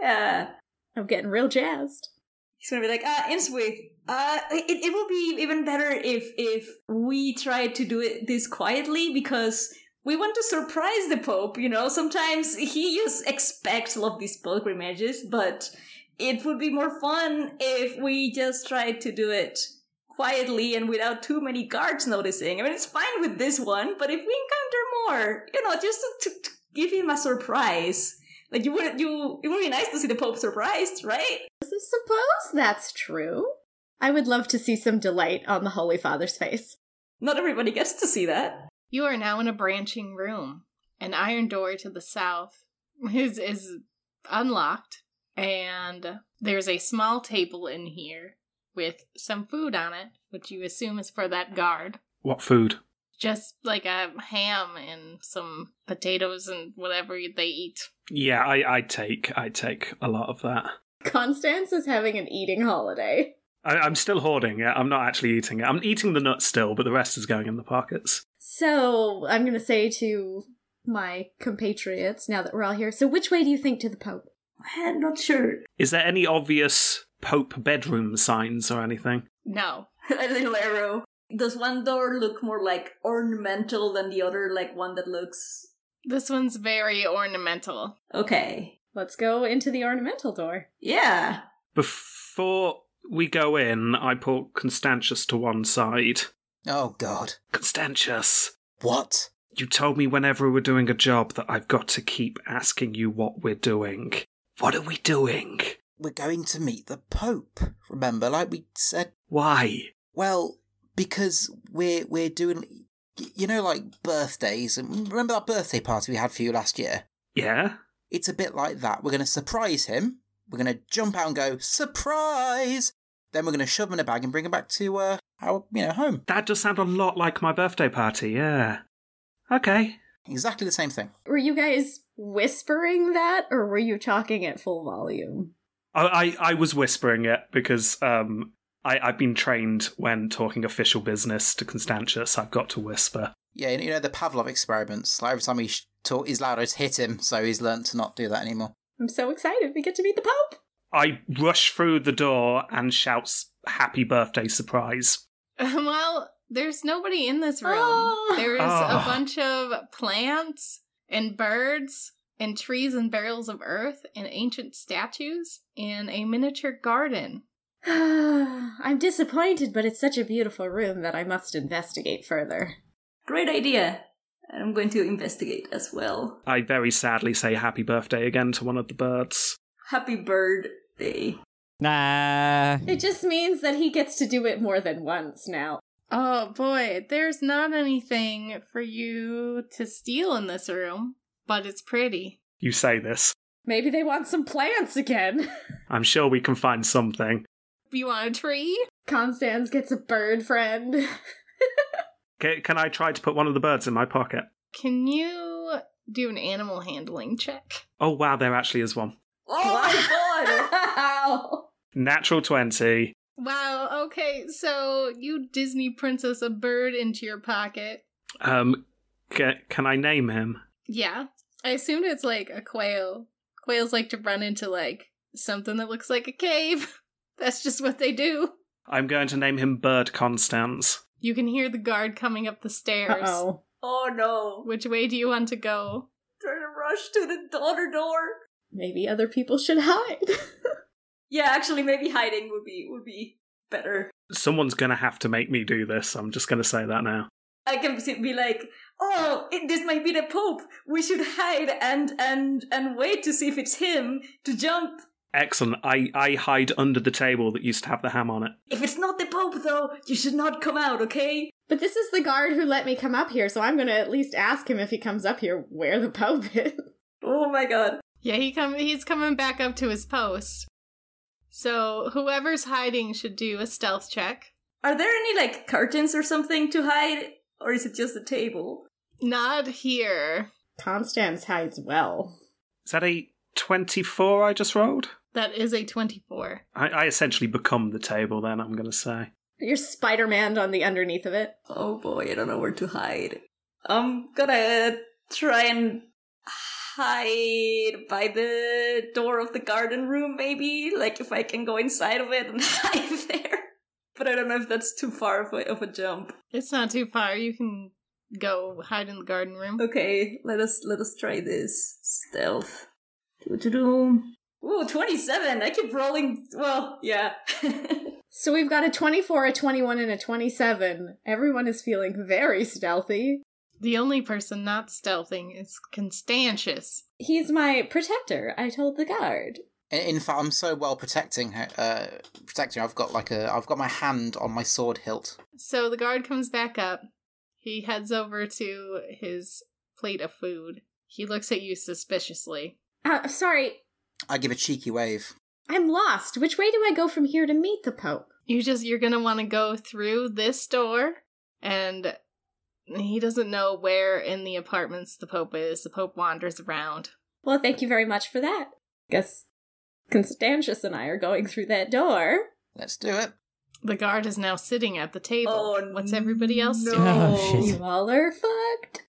Speaker 5: Yeah.
Speaker 1: I'm getting real jazzed.
Speaker 5: He's gonna be like, ah, Innswith. Uh, it, it will be even better if if we try to do it this quietly because we want to surprise the Pope. You know, sometimes he just expects all of these pilgrimages, but it would be more fun if we just try to do it quietly and without too many guards noticing. I mean, it's fine with this one, but if we encounter more, you know, just to, to, to give him a surprise, like you wouldn't you it would be nice to see the Pope surprised, right?
Speaker 1: I suppose that's true. I would love to see some delight on the Holy Father's face.
Speaker 5: Not everybody gets to see that.
Speaker 4: You are now in a branching room. An iron door to the south is is unlocked, and there's a small table in here with some food on it, which you assume is for that guard.
Speaker 2: What food?
Speaker 4: Just like a ham and some potatoes and whatever they eat.
Speaker 2: Yeah, I, I take I take a lot of that.
Speaker 1: Constance is having an eating holiday.
Speaker 2: I, I'm still hoarding it. I'm not actually eating it. I'm eating the nuts still, but the rest is going in the pockets.
Speaker 1: So I'm going to say to my compatriots, now that we're all here, so which way do you think to the Pope?
Speaker 5: I'm Eh, not sure.
Speaker 2: Is there any obvious Pope bedroom signs or anything?
Speaker 4: No.
Speaker 5: a little arrow. Does one door look more like ornamental than the other, like one that looks
Speaker 4: This one's very ornamental.
Speaker 5: okay?
Speaker 1: Let's go into the ornamental door.
Speaker 5: Yeah.
Speaker 2: Before we go in, I pull Constantius to one side.
Speaker 6: Oh god.
Speaker 2: Constantius,
Speaker 6: What?
Speaker 2: you told me whenever we're doing a job that I've got to keep asking you what we're doing. What are we doing?
Speaker 6: We're going to meet the Pope. Remember, like we said
Speaker 2: Why?
Speaker 6: Well, because we're we're doing, y- you know, like birthdays. And remember that birthday party we had for you last year?
Speaker 2: Yeah?
Speaker 6: It's a bit like that. We're going to surprise him. We're going to jump out and go surprise. Then we're going to shove him in a bag and bring him back to uh, our you know home.
Speaker 2: That does sound a lot like my birthday party, yeah. Okay.
Speaker 6: Exactly the same thing.
Speaker 1: Were you guys whispering that, or were you talking at full volume?
Speaker 2: I, I, I was whispering it because um, I, I've been trained when talking official business to Constantius, I've got to whisper.
Speaker 6: Yeah, you know the Pavlov experiments. Like every time he sh- talk, he's loud, I just hit him. So he's learnt to not do that anymore.
Speaker 1: I'm so excited. We get to meet the Pope.
Speaker 2: I rush through the door and shouts, Happy birthday surprise.
Speaker 4: well, there's nobody in this room.
Speaker 1: Oh.
Speaker 4: There's
Speaker 2: Oh.
Speaker 4: a bunch of plants and birds and trees and barrels of earth and ancient statues and a miniature garden.
Speaker 1: I'm disappointed, but it's such a beautiful room that I must investigate further.
Speaker 5: Great idea. I'm going to investigate as well.
Speaker 2: I very sadly say happy birthday again to one of the birds.
Speaker 5: Happy bird day.
Speaker 3: Nah.
Speaker 1: It just means that he gets to do it more than once now.
Speaker 4: Oh boy, there's not anything for you to steal in this room, but it's pretty.
Speaker 2: You say this.
Speaker 1: Maybe they want some plants again.
Speaker 2: I'm sure we can find something.
Speaker 4: You want a tree?
Speaker 1: Constance gets a bird friend.
Speaker 2: Ca can I try to put one of the birds in my pocket?
Speaker 4: Can you do an animal handling check?
Speaker 2: Oh, wow, there actually is one.
Speaker 5: Oh my god!
Speaker 1: Wow.
Speaker 2: Natural 20.
Speaker 4: Wow, okay, so you Disney princess a bird into your pocket.
Speaker 2: Um, ca- can I name him?
Speaker 4: Yeah. I assumed it's like a quail. Quails like to run into like something that looks like a cave. That's just what they do.
Speaker 2: I'm going to name him Bird Constance.
Speaker 4: You can hear the guard coming up the stairs.
Speaker 1: Uh-oh.
Speaker 5: Oh no!
Speaker 4: Which way do you want to go?
Speaker 5: Trying to rush to the other door.
Speaker 1: Maybe other people should hide.
Speaker 5: Yeah, actually, maybe hiding would be would be better.
Speaker 2: Someone's gonna have to make me do this. I'm just gonna say that now.
Speaker 5: I can sit- be like, oh, it, this might be the Pope. We should hide and and and wait to see if it's him to jump.
Speaker 2: Excellent. I, I hide under the table that used to have the ham on it.
Speaker 5: If it's not the Pope, though, you should not come out, okay?
Speaker 7: But this is the guard who let me come up here, so I'm going to at least ask him if he comes up here where the Pope is.
Speaker 5: Oh my god.
Speaker 4: Yeah, he come he's coming back up to his post. So whoever's hiding should do a stealth check.
Speaker 5: Are there any like curtains or something to hide, or is it just a table?
Speaker 4: Not here.
Speaker 7: Constance hides well.
Speaker 2: Is that a 24 I just rolled?
Speaker 4: That is a 24.
Speaker 2: I, I essentially become the table then, I'm gonna say.
Speaker 7: You're Spider Man on the underneath of it.
Speaker 5: Oh boy, I don't know where to hide. I'm gonna try and hide by the door of the garden room, maybe. Like if I can go inside of it and hide there. But I don't know if that's too far of a, of a jump.
Speaker 4: It's not too far. You can go hide in the garden room.
Speaker 5: Uh, Okay, let us let us try this stealth. Doo-doo-doo. Ooh, 27. I keep rolling. Well, yeah.
Speaker 7: So we've got a 24, a 21, and a 27. Everyone is feeling very stealthy.
Speaker 4: The only person not stealthing is Constantius.
Speaker 7: He's my protector, I told the guard.
Speaker 6: In, in fact, I'm so well protecting her. Uh, protecting. her, I've got like a. I've got my hand on my sword hilt.
Speaker 4: So the guard comes back up. He heads over to his plate of food. He looks at you suspiciously.
Speaker 7: Uh, sorry,
Speaker 6: I give a cheeky wave.
Speaker 7: I'm lost. Which way do I go from here to meet the Pope?
Speaker 4: You just you're going to want to go through this door and he doesn't know where in the apartments the pope is. The pope wanders around.
Speaker 7: Well, thank you very much for that. Guess Constantius and I are going through that door.
Speaker 6: Let's do it.
Speaker 4: The guard is now sitting at the table.
Speaker 5: Oh,
Speaker 4: What's everybody else
Speaker 5: no.
Speaker 4: doing?
Speaker 3: Oh, shit.
Speaker 7: You all are fucked.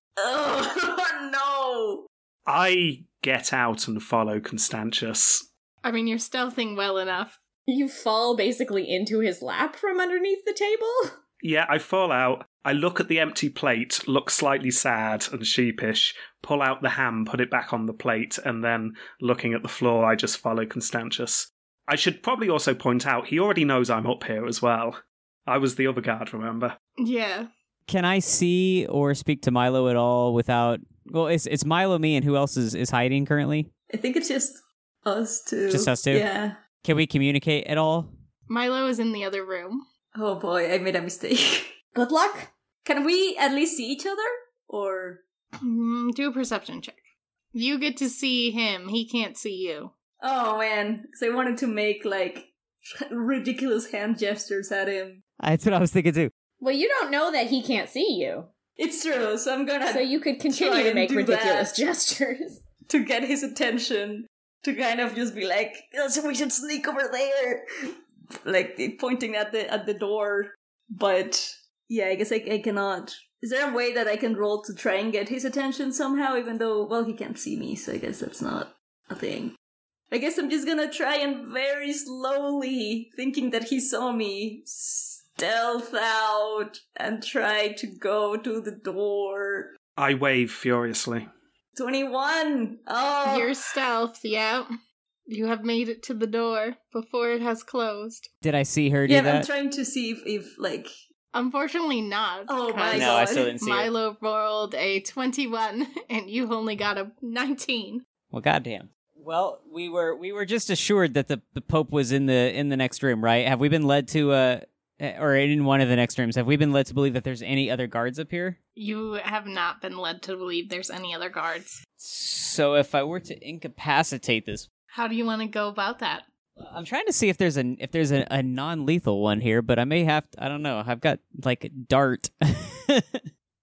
Speaker 5: oh,
Speaker 2: I get out and follow Constantius.
Speaker 4: I mean, you're stealthing well enough.
Speaker 7: You fall basically into his lap from underneath the table.
Speaker 2: Yeah, I fall out. I look at the empty plate, look slightly sad and sheepish, pull out the ham, put it back on the plate, and then looking at the floor, I just follow Constantius. I should probably also point out he already knows I'm up here as well. I was the other guard, remember?
Speaker 4: Yeah.
Speaker 3: Can I see or speak to Milo at all without? Well, it's it's Milo, me, and who else is, is hiding currently?
Speaker 5: no. I think it's just us two.
Speaker 3: Just us two?
Speaker 5: Yeah.
Speaker 3: Can we communicate at all?
Speaker 4: Milo is in the other room.
Speaker 5: Oh boy, I made a mistake.
Speaker 7: Good luck.
Speaker 5: Can we at least see each other? Or
Speaker 4: Mm, do a perception check. You get to see him. He can't see you.
Speaker 5: oh man, because I wanted to make like ridiculous hand gestures at him.
Speaker 3: That's what I was thinking too.
Speaker 7: Well, you don't know that he can't see you,
Speaker 5: It's true, so I'm gonna
Speaker 7: so you could
Speaker 5: Try
Speaker 7: continue to
Speaker 5: and
Speaker 7: make
Speaker 5: do
Speaker 7: ridiculous
Speaker 5: that.
Speaker 7: gestures.
Speaker 5: to get his attention to kind of just be like, "Oh, so we should sneak over there, like pointing at the at the door. But yeah, I guess I, I cannot. Is there a way that I can roll to try and get his attention somehow? Even though, well, he can't see me, so I guess that's not a thing. I guess I'm just gonna try and very slowly, thinking that he saw me, stealth out and try to go to the door.
Speaker 2: I wave furiously.
Speaker 5: Twenty-one. Oh,
Speaker 4: Your stealth, yeah. You have made it to the door before it has closed.
Speaker 3: Did I see her do
Speaker 5: yeah, I'm
Speaker 3: that?
Speaker 5: trying to see if, if like
Speaker 4: Unfortunately, not.
Speaker 5: Oh my
Speaker 4: 'cause
Speaker 5: No, I still
Speaker 3: didn't see it.
Speaker 4: Milo rolled a 21 and you only got a 19.
Speaker 3: Well, goddamn. Well, we were we were just assured that the, the Pope was in the in the next room, right? Have we been led to uh or in one of the next rooms? Have we been led to believe that there's any other guards up here?
Speaker 4: You have not been led to believe there's any other guards.
Speaker 3: So if I were to incapacitate this,
Speaker 4: How do you want to go about that?
Speaker 3: I'm trying to see if there's an if there's a, a non lethal one here, but I may have to, I don't know. I've got like dart.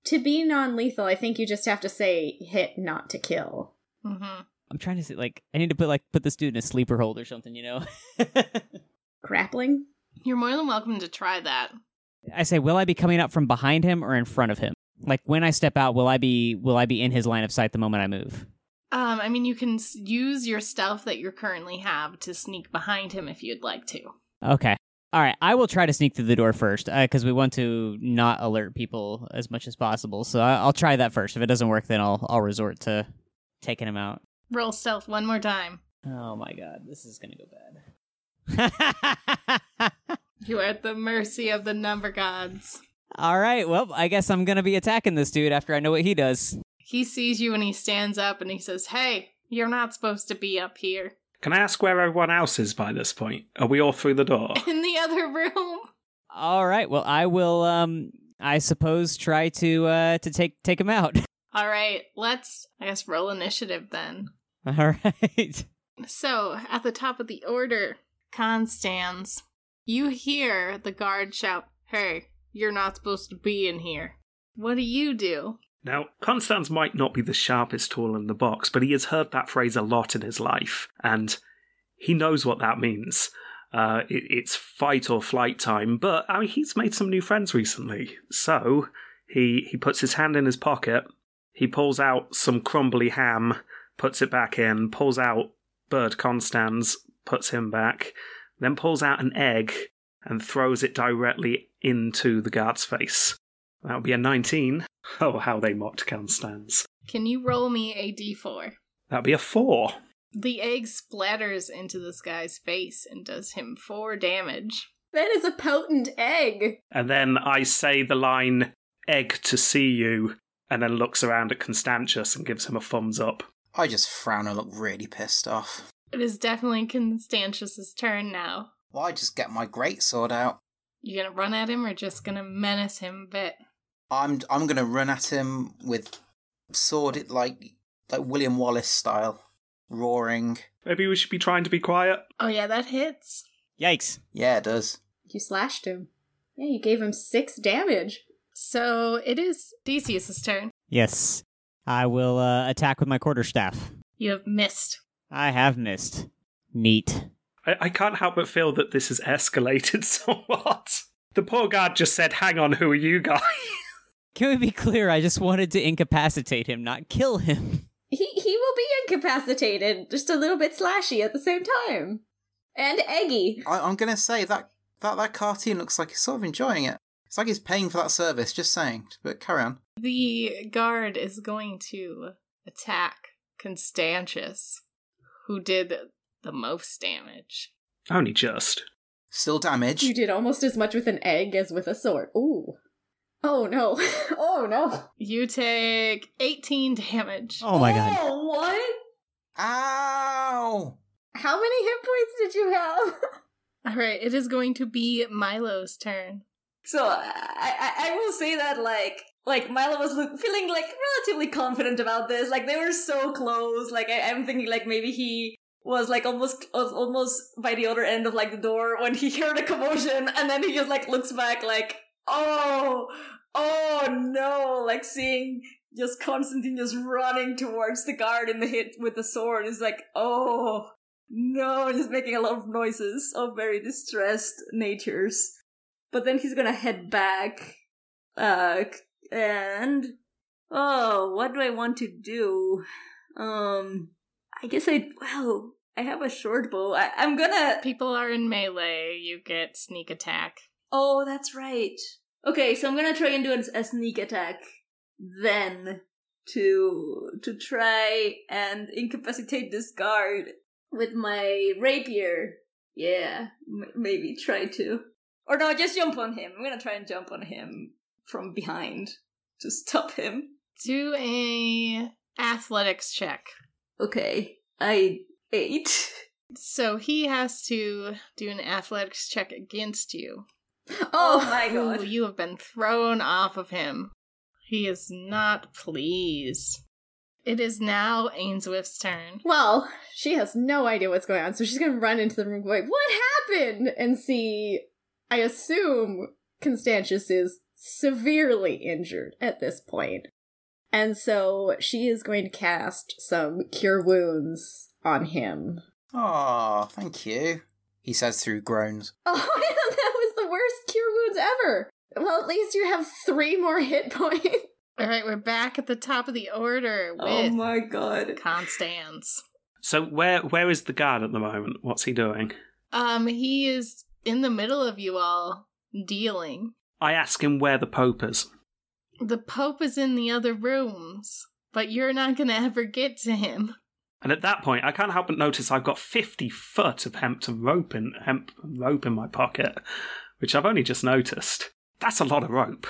Speaker 7: To be non lethal, I think you just have to say hit, not to kill.
Speaker 4: hmm
Speaker 3: I'm trying to see like I need to put like put this dude in a sleeper hold or something, you know.
Speaker 7: Grappling?
Speaker 4: You're more than welcome to try that.
Speaker 3: I say, will I be coming up from behind him or in front of him? Like when I step out, will I be will I be in his line of sight the moment I move?
Speaker 4: Um, I mean, you can s- use your stealth that you currently have to sneak behind him if you'd like to.
Speaker 3: Okay. All right. I will try to sneak through the door first because we want to not alert people as much as possible. So I- I'll try that first. If it doesn't work, then I'll I'll resort to taking him out.
Speaker 4: Roll stealth one more time.
Speaker 3: Oh my god, this is gonna go bad.
Speaker 4: You are at the mercy of the number gods.
Speaker 3: All right. Well, I guess I'm gonna be attacking this dude after I know what he does.
Speaker 4: He sees you and he stands up and he says, Hey, you're not supposed to be up here.
Speaker 2: Can I ask where everyone else is by this point? Are we all through the door?
Speaker 4: In the other room.
Speaker 3: All right. Well, I will. Um, I suppose try to uh to take take him out.
Speaker 4: All right, let's, I guess, roll initiative then.
Speaker 3: All right.
Speaker 4: So, at the top of the order, Constans, you hear the guard shout, Hey, you're not supposed to be in here. What do you do?
Speaker 2: Now, Constans might not be the sharpest tool in the box, but he has heard that phrase a lot in his life, and he knows what that means. Uh, it, it's fight or flight time, but I mean, he's made some new friends recently. So he, he puts his hand in his pocket, he pulls out some crumbly ham, puts it back in, pulls out Bird Constans, puts him back, then pulls out an egg and throws it directly into the guard's face. That would be a 19. Oh, how they mocked Constans.
Speaker 4: Can you roll me a d4?
Speaker 2: That'd be a 4.
Speaker 4: The egg splatters into this guy's face and does him four damage.
Speaker 7: That is a potent egg.
Speaker 2: And then I say the line, egg to see you, and then looks around at Constantius and gives him a thumbs up.
Speaker 6: I just frown and look really pissed off.
Speaker 4: It is definitely Constantius's turn now.
Speaker 6: Well, I just get my greatsword out.
Speaker 4: You gonna run at him or just gonna menace him a bit?
Speaker 6: I'm I'm gonna run at him with sword it like like William Wallace style, roaring.
Speaker 2: Maybe we should be trying to be quiet.
Speaker 4: Oh, yeah, that hits.
Speaker 3: Yikes.
Speaker 6: Yeah, it does.
Speaker 7: You slashed him. Yeah, you gave him six damage.
Speaker 4: So it is Decius's turn.
Speaker 3: Yes. I will uh, attack with my quarterstaff.
Speaker 4: You have missed.
Speaker 3: I have missed. Neat.
Speaker 2: I, I can't help but feel that this has escalated somewhat. The poor guard just said, Hang on, who are you guys?
Speaker 3: Can we be clear? I just wanted to incapacitate him, not kill him.
Speaker 7: He he will be incapacitated, just a little bit slashy at the same time, and eggy.
Speaker 6: I, I'm gonna say that that that cartoon looks like he's sort of enjoying it. It's like he's paying for that service. Just saying, but carry on.
Speaker 4: The guard is going to attack Constantius, who did the most damage.
Speaker 2: Only just.
Speaker 6: Still damage.
Speaker 7: You did almost as much with an egg as with a sword. Ooh. Oh no. oh no.
Speaker 4: You take 18 damage.
Speaker 3: Oh my god.
Speaker 5: Oh, what?
Speaker 6: Ow!
Speaker 7: How many hit points did you have?
Speaker 4: All right, it is going to be Milo's turn.
Speaker 5: So I, I I will say that like like Milo was look, feeling like relatively confident about this. Like they were so close. Like I, I'm thinking like maybe he was like almost was almost by the other end of like the door when he heard a commotion, and then he just like looks back like oh oh no like seeing just Constantine just running towards the guard in the hit with the sword is like oh no just making a lot of noises of very distressed natures but then he's gonna head back. Uh, and oh, what do I want to do? Um, I guess I well, I have a short bow. I, I'm gonna.
Speaker 4: People are in melee, you get sneak attack.
Speaker 5: Oh, that's right. Okay, so I'm gonna try and do an, a sneak attack then to to try and incapacitate this guard with my rapier. Yeah, m- maybe try to. Or no, just jump on him. I'm gonna try and jump on him from behind to stop him.
Speaker 4: Do a athletics check.
Speaker 5: Okay, I eight.
Speaker 4: So he has to do an athletics check against you.
Speaker 5: Oh my
Speaker 4: Ooh,
Speaker 5: god.
Speaker 4: you have been thrown off of him. He is not pleased. It is now Ainsworth's turn.
Speaker 7: Well, she has no idea what's going on, so she's gonna run into the room going, What happened? and see I assume Constantius is severely injured at this point. And so she is going to cast some cure wounds on him.
Speaker 6: Aw, thank you. He says through groans.
Speaker 7: Oh yeah, that was the worst cure wounds ever. Well, at least you have three more hit points.
Speaker 4: All right, we're back at the top of the order with
Speaker 5: Oh my god.
Speaker 4: Constance.
Speaker 2: So where where is the guard at the moment? What's he doing?
Speaker 4: Um, he is in the middle of you all dealing.
Speaker 2: I ask him where the Pope is.
Speaker 4: The Pope is in the other rooms, but you're not gonna ever get to him.
Speaker 2: And at that point, I can't help but notice I've got 50 foot of hemp to rope in, hemp rope in my pocket, which I've only just noticed. That's a lot of rope.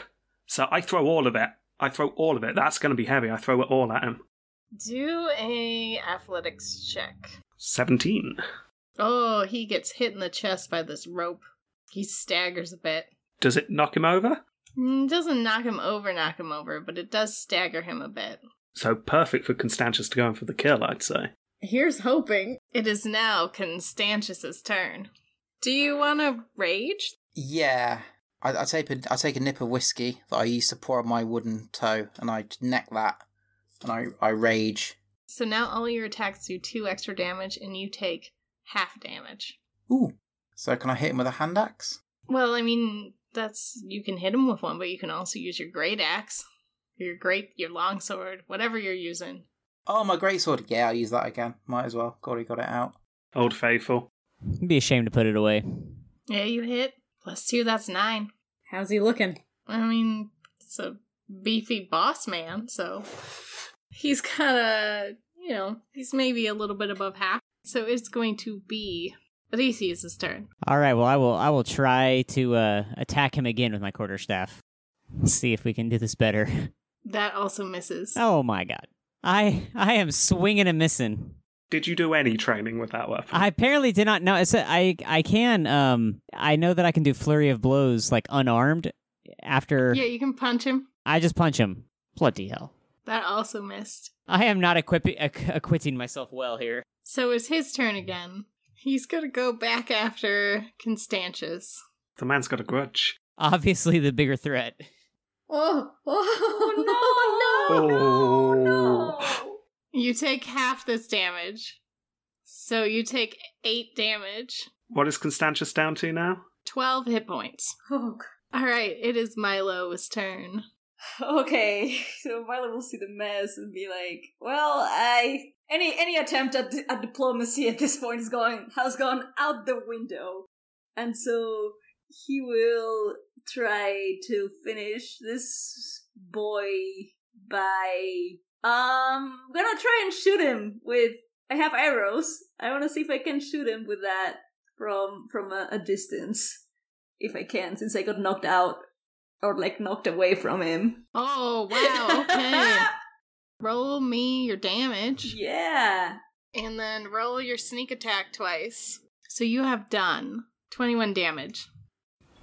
Speaker 2: So I throw all of it. I throw all of it. That's going to be heavy. I throw it all at him.
Speaker 4: Do a athletics check.
Speaker 2: 17.
Speaker 4: Oh, he gets hit in the chest by this rope. He staggers a bit.
Speaker 2: Does it knock him over?
Speaker 4: Mm, Doesn't knock him over, knock him over, but it does stagger him a bit.
Speaker 2: So perfect for Constantius to go in for the kill, I'd say.
Speaker 7: Here's hoping.
Speaker 4: It is now Constantius's turn. Do you want to rage?
Speaker 6: Yeah. I, I take a I take a nip of whiskey that I used to pour on my wooden toe, and I neck that, and I I rage.
Speaker 4: So now all your attacks do two extra damage, and you take half damage.
Speaker 6: Ooh. So can I hit him with a hand axe?
Speaker 4: Well, I mean, that's you can hit him with one, but you can also use your great axe, your great, your long sword, whatever you're using.
Speaker 6: Oh, my greatsword. Yeah, I'll use that again. Might as well. God, he got it out.
Speaker 2: Old Faithful.
Speaker 3: It'd be a shame to put it away.
Speaker 4: Yeah, you hit plus two. That's nine.
Speaker 7: How's he looking?
Speaker 4: I mean, it's a beefy boss man, so he's kind of, you know, he's maybe a little bit above half. So it's going to be Odysseus' turn.
Speaker 3: All right. Well, I will. I will try to uh, attack him again with my quarterstaff. See if we can do this better.
Speaker 4: That also misses.
Speaker 3: Oh my god. I I am swinging and missing.
Speaker 2: Did you do any training with that weapon?
Speaker 3: I apparently did not know. It's a, I I can um I know that I can do flurry of blows like unarmed. After
Speaker 4: Yeah, you can punch him.
Speaker 3: I just punch him. Bloody hell!
Speaker 4: That also missed.
Speaker 3: I am not equipping ac- acquitting myself well here.
Speaker 4: So it's his turn again. He's gonna go back after Constantius.
Speaker 2: The man's got a grudge.
Speaker 3: Obviously, the bigger threat.
Speaker 7: Oh, oh
Speaker 5: Oh, no,
Speaker 7: no,
Speaker 5: no,
Speaker 2: Oh.
Speaker 5: no.
Speaker 4: You take half this damage. So you take eight damage,
Speaker 2: What is Constantius down to now?
Speaker 4: 12 hit points.
Speaker 5: Oh,
Speaker 4: Alright, it is Milo's turn.
Speaker 5: Okay, so Milo will see the mess and be like, "Well, I any any attempt at at diplomacy at this point is going has gone out the window," and so he will try to finish this boy by um gonna try and shoot him with I have arrows. I want to see if I can shoot him with that from from a, a distance, if I can, since I got knocked out or like knocked away from him.
Speaker 4: Oh, wow, okay. roll me your damage.
Speaker 5: yeah.
Speaker 4: And then roll your sneak attack twice. So you have done 21 damage.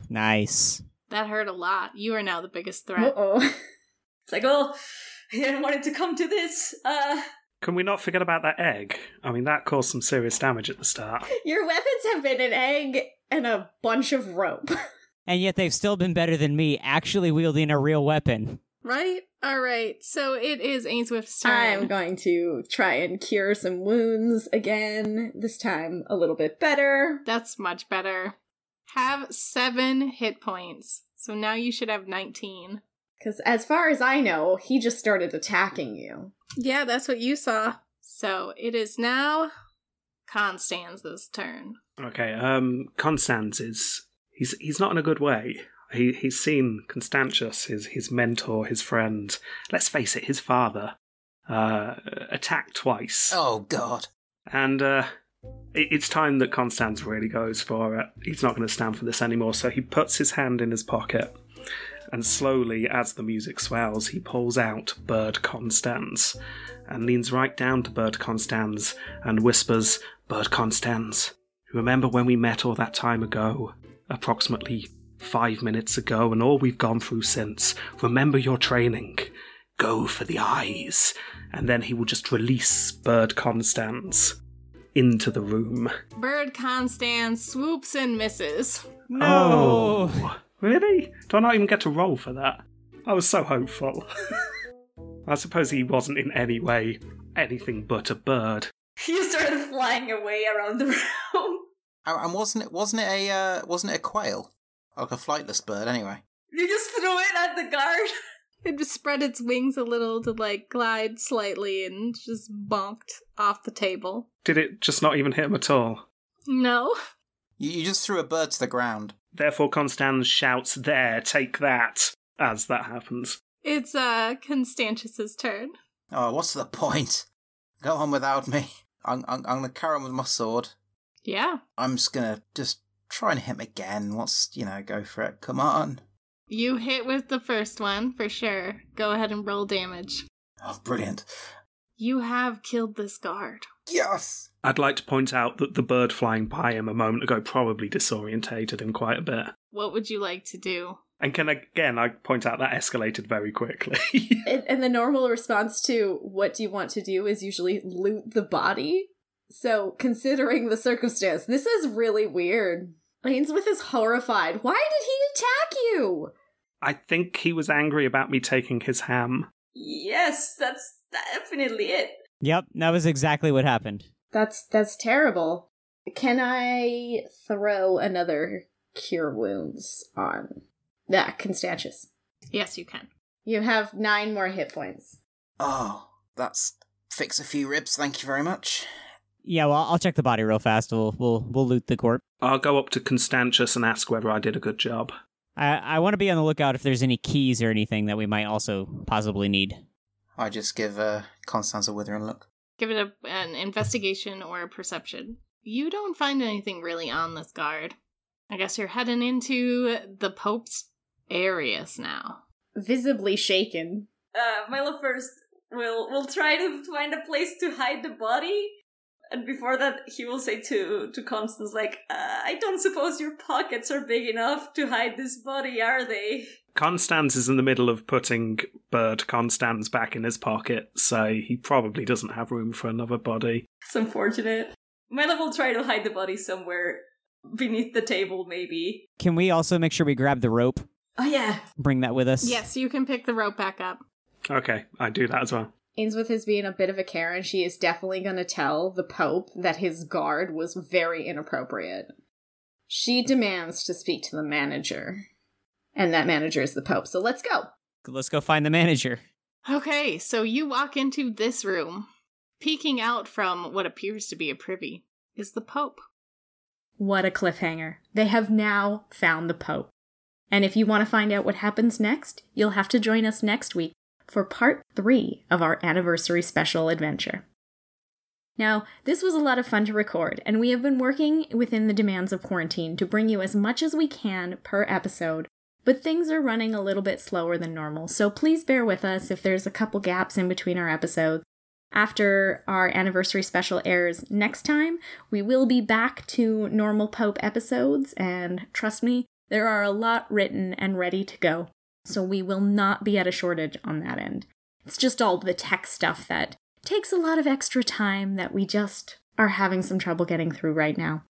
Speaker 3: Nice.
Speaker 4: That hurt a lot. You are now the biggest
Speaker 7: no!
Speaker 4: threat.
Speaker 7: oh.
Speaker 5: It's like, oh, I didn't want it to come to this. Uh,
Speaker 2: Can we not forget about that egg? I mean, that caused some serious damage at the start.
Speaker 7: Your weapons have been an egg and a bunch of rope.
Speaker 3: And yet they've still been better than me, actually wielding a real weapon.
Speaker 4: Right? All right. So it is Ainsworth's turn.
Speaker 7: I'm going to try and cure some wounds again, this time a little bit better.
Speaker 4: That's much better. Have seven hit points. So now you should have 19.
Speaker 7: Because as far as I know, he just started attacking you.
Speaker 4: Yeah, that's what you saw. So it is now Constance's turn.
Speaker 2: Okay, um, Constans is he's he's not in a good way. He he's seen Constantius, his his mentor, his friend. Let's face it, his father, uh, attacked twice,
Speaker 6: Oh God.
Speaker 2: and uh, it, it's time that Constans really goes for it. He's not going to stand for this anymore. So he puts his hand in his pocket, and slowly, as the music swells, he pulls out Bird Constans, and leans right down to Bird Constans and whispers, "Bird Constans." Remember when we met all that time ago? Approximately five minutes ago, and all we've gone through since. Remember your training. Go for the eyes. And then he will just release Bird Constans into the room.
Speaker 4: Bird Constance swoops and misses.
Speaker 3: No.
Speaker 2: Oh, really? Do I not even get to roll for that? I was so hopeful. I suppose he wasn't in any way anything but a bird.
Speaker 5: he started flying away around the room.
Speaker 6: And, Uh, and wasn't it wasn't it a uh, wasn't it a quail? Like a flightless bird, anyway.
Speaker 5: You just threw it at the guard.
Speaker 4: It just spread its wings a little to like glide slightly and just bonked off the table.
Speaker 2: Did it just not even hit him at all?
Speaker 4: No.
Speaker 6: You, you just threw a bird to the ground.
Speaker 2: Therefore, Constans shouts, There, take that, as that happens.
Speaker 4: It's uh Constantius's turn.
Speaker 6: Oh, what's the point? Go on without me. I'm I'm, I'm gonna carry on with my sword.
Speaker 4: Yeah.
Speaker 6: I'm just gonna just Try and hit him again. What's, you know, go for it. Come on.
Speaker 4: You hit with the first one for sure. Go ahead and roll damage.
Speaker 6: Oh, brilliant.
Speaker 4: You have killed this guard.
Speaker 6: Yes!
Speaker 2: I'd like to point out that the bird flying by him a moment ago probably disorientated him quite a bit.
Speaker 4: What would you like to do?
Speaker 2: And can again, I point out that escalated very quickly.
Speaker 7: And, and the normal response to what do you want to do is usually loot the body. So, considering the circumstance, this is really weird. Ainsworth is horrified. Why did he attack you?
Speaker 2: I think he was angry about me taking his ham.
Speaker 5: Yes, that's definitely it.
Speaker 3: Yep, that was exactly what happened.
Speaker 7: That's that's terrible. Can I throw another cure wounds on? Yeah, Constantius.
Speaker 4: Yes, you can.
Speaker 7: You have nine more hit points.
Speaker 6: Oh, that's fix a few ribs. Thank you very much.
Speaker 3: Yeah, well, I'll check the body real fast. We'll we'll, we'll loot the corpse.
Speaker 2: I'll go up to Constantius and ask whether I did a good job.
Speaker 3: I I want to be on the lookout if there's any keys or anything that we might also possibly need.
Speaker 6: I just give uh, Constance a withering look.
Speaker 4: Give it a, an investigation or a perception. You don't find anything really on this guard. I guess you're heading into the Pope's areas now.
Speaker 7: Visibly shaken.
Speaker 5: Uh, Milo first will will try to find a place to hide the body, and before that, he will say to to Constance like, uh, "I don't suppose your pockets are big enough to hide this body, are they?"
Speaker 2: Constans is in the middle of putting Bird Constans back in his pocket, so he probably doesn't have room for another body.
Speaker 5: It's unfortunate. Milo will try to hide the body somewhere beneath the table, maybe.
Speaker 3: Can we also make sure we grab the rope?
Speaker 5: Oh yeah,
Speaker 3: Bring that with us.
Speaker 4: Yes, you can pick the rope back up.
Speaker 2: Okay, I do that as well.
Speaker 7: Ainsworth is being a bit of a Karen. She is definitely going to tell the Pope that his guard was very inappropriate. She demands to speak to the manager, and that manager is the Pope. So let's go.
Speaker 3: Let's go find the manager.
Speaker 4: Okay, so you walk into this room. Peeking out from what appears to be a privy is the Pope.
Speaker 1: What a cliffhanger. They have now found the Pope. And if you want to find out what happens next, you'll have to join us next week for part three of our anniversary special adventure. Now, this was a lot of fun to record, and we have been working within the demands of quarantine to bring you as much as we can per episode, but things are running a little bit slower than normal, so please bear with us if there's a couple gaps in between our episodes. After our anniversary special airs next time, we will be back to normal Pope episodes, and trust me, there are a lot written and ready to go, so we will not be at a shortage on that end. It's just all the tech stuff that takes a lot of extra time that we just are having some trouble getting through right now.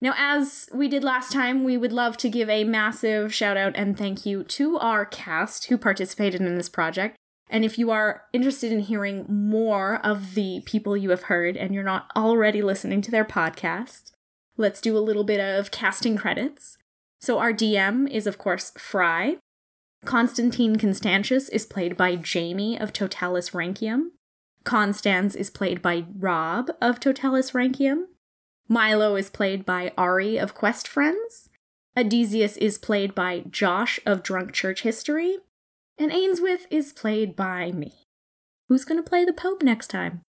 Speaker 1: Now, as we did last time, we would love to give a massive shout out and thank you to our cast who participated in this project. And if you are interested in hearing more of the people you have heard and you're not already listening to their podcast, let's do a little bit of casting credits. So, our DM is, of course, Fry. Constantine Constantius is played by Jamie of Totalis Rankium. Constans is played by Rob of Totalis Rankium. Milo is played by Ari of Quest Friends. Odysseus is played by Josh of Drunk Church History. And Ainsworth is played by me. Who's going to play the Pope next time?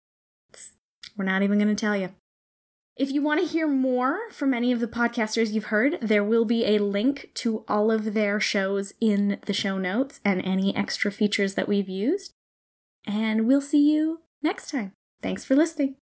Speaker 1: It's- we're not even going to tell you. If you want to hear more from any of the podcasters you've heard, there will be a link to all of their shows in the show notes and any extra features that we've used. And we'll see you next time. Thanks for listening.